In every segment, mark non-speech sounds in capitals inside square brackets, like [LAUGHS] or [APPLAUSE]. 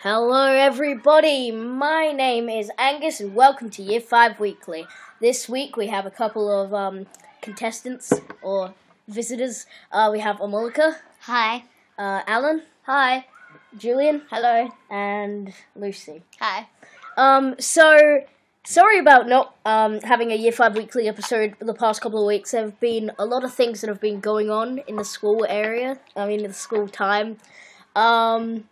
Hello, everybody. My name is Angus, and welcome to Year 5 Weekly. This week we have a couple of um, contestants or visitors. Uh, we have Amolika, Hi. uh, Alan, Hi. Julian, Hello. and Lucy. Hi. Um, so sorry about not um, having a year five weekly episode the past couple of weeks. There have been a lot of things that have been going on in the school area. I mean, in the school time. Um,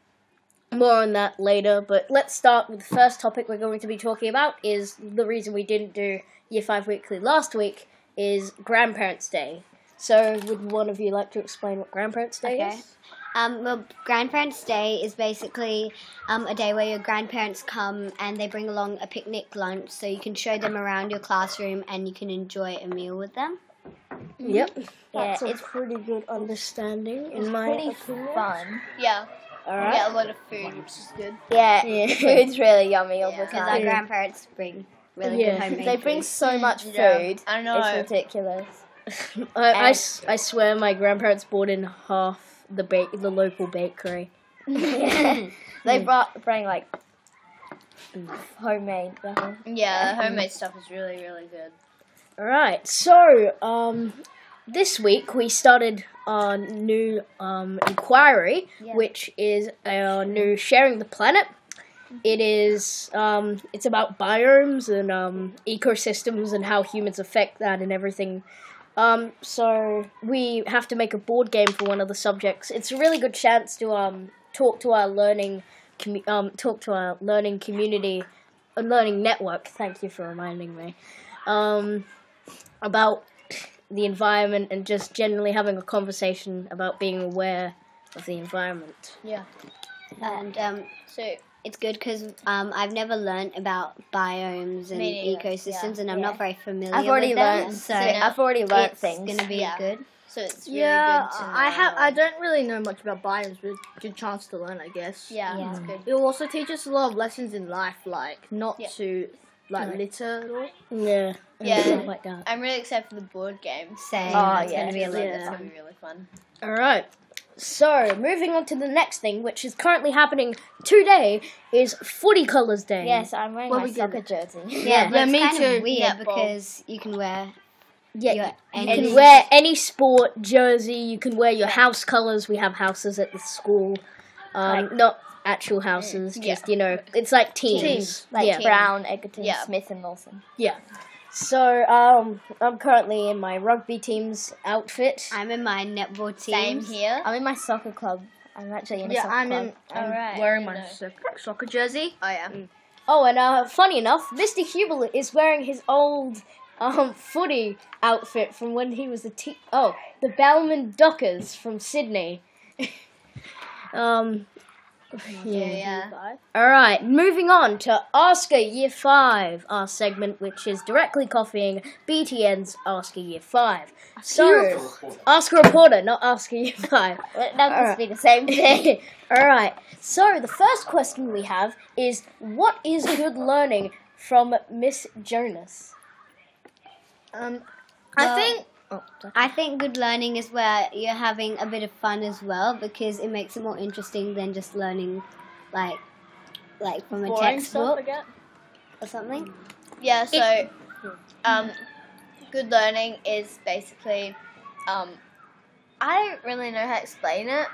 more on that later. But let's start with the first topic we're going to be talking about. Is the reason we didn't do year five weekly last week is Grandparents' Day. So, would one of you like to explain what Grandparents' Day Okay. is? Um, well, Grandparents' Day is basically um, a day where your grandparents come and they bring along a picnic lunch so you can show them around your classroom and you can enjoy a meal with them. Yep. That's Yeah, a it's- pretty good understanding, in my opinion. fun. Yeah, All we right. get a lot of food, which is good. Yeah, Yeah. [LAUGHS] food's really yummy all the Because our time. Yeah. grandparents bring really Yeah. good homemade They bring food. so much food. mm, Yeah, I know. [LAUGHS] It's ridiculous. [LAUGHS] I, I And- s- I swear my grandparents bought in half the bake the local bakery. Mm. [LAUGHS] They brought bring like homemade. uh, Yeah, homemade stuff is really, really good. All right, so um, this week we started our new um, inquiry, Yeah. which is our new sharing the planet. It is um, it's about biomes and um, ecosystems and how humans affect that and everything. Um, so we have to make a board game for one of the subjects. It's a really good chance to um, talk to our learning commu- um, talk to our learning community, uh, learning network. Thank you for reminding me. Um, about the environment and just generally having a conversation about being aware of the environment. Yeah. And um, So it's good because um, I've never learnt about biomes and Me neither, ecosystems yeah. and I'm Yeah. not very familiar I've already with them. learned. so I've already learned it's things. going to be Yeah. good. so it's really yeah, good to I have. know. I don't really know much about biomes, but it's a good chance to learn, I guess. yeah, Yeah. it's good. It will also teach us a lot of lessons in life, like not Yeah. to like Right. litter at all. Yeah. and [LAUGHS] Yeah. Stuff like that. I'm really excited for the board game. Same. Oh, it's going to be a lot yeah. of It's fun. gonna be really fun. All right. So moving on to the next thing, which is currently happening today, is Footy Colours Day. Yes, I'm wearing Well, my we soccer jersey. Yeah, but Yeah, it's me kind too. of weird Netball. because you can wear Yeah. your you any can wear any sport jersey. You can wear your house colours. We have houses at the school, um, not actual houses. Yeah. Just you know, it's like teams. Teams, like yeah. teams. Brown, Egerton, Yeah. Smith, and Wilson. Yeah. So um, I'm currently in my rugby team's outfit. I'm in my netball team. Same here. I'm in my soccer club. I'm actually in a yeah, soccer I'm club. in. I'm Alright, wearing my no. soc- soccer jersey. Oh yeah. Oh, and uh, funny enough, Mr. Hubel is wearing his old um, footy outfit from when he was a te- oh the Bellman Dockers from Sydney. [LAUGHS] um, yeah. Yeah. All right, moving on to Oscar Year 5, our segment which is directly copying BTN's Oscar Year 5. So, Oscar Reporter, not Oscar Year 5. [LAUGHS] That that Alright. must be the same thing. [LAUGHS] All right, so the first question we have is what is good learning from Miss Jonas? Um, Well- I think. Oh, sorry. I think good learning is where you're having a bit of fun as well because it makes it more interesting than just learning, like, like from a Boring stuff, I textbook guess. or something. Yeah, so um, good learning is basically um, I don't really know how to explain it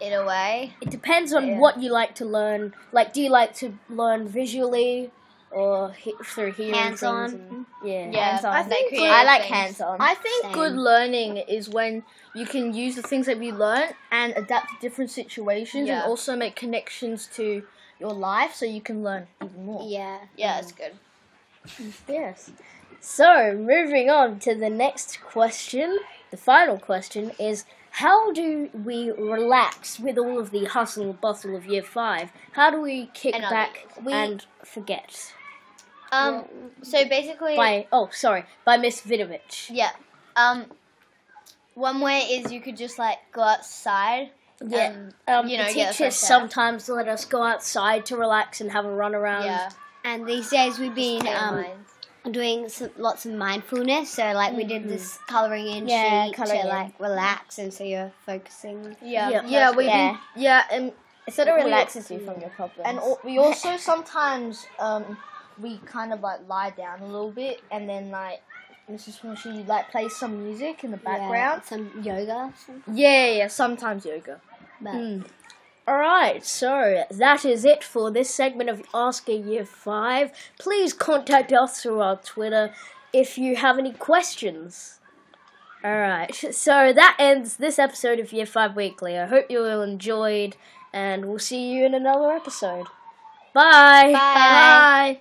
in a way. It depends on Yeah. what you like to learn. Like, do you like to learn visually or he- through hearing Hands things on. and- yeah. Yeah, Hands-on. I think Like, creative I like things. hands-on. I I think Same. good learning is when you can use the things that we learn and adapt to different situations, Yeah. and also make connections to your life, so you can learn even more. Yeah. Yeah, it's good. Yes. So, moving on to the next question, the final question is how do we relax with all of the hustle and bustle of year five? How do we kick And other back years. We- and forget? Um, so basically, By, oh, sorry, by Miss Vidovich. yeah. Um, one way is you could just like go outside. and, Um, you know, the get teachers fresh air. sometimes let us go outside to relax and have a run around. yeah. And these days we've been yeah, um, mine. doing some, lots of mindfulness. So like we did this coloring in Yeah, sheet colouring to in. like relax, and so you're focusing. yeah, yeah. that's Yeah, we good. yeah. yeah, and It sort of We- relaxes you from your problems. and al- we also sometimes um, we kind of like lie down a little bit, and then like Mrs. when she like plays some music in the background. some yoga. Some, Yeah, yeah, yeah, sometimes yoga. but Mm. All right, so that is it for this segment of Ask a Year 5. Please contact us through our Twitter if you have any questions. All right, [LAUGHS] so that ends this episode of Year 5 Weekly. I hope you all enjoyed, and we'll see you in another episode. Bye. Bye.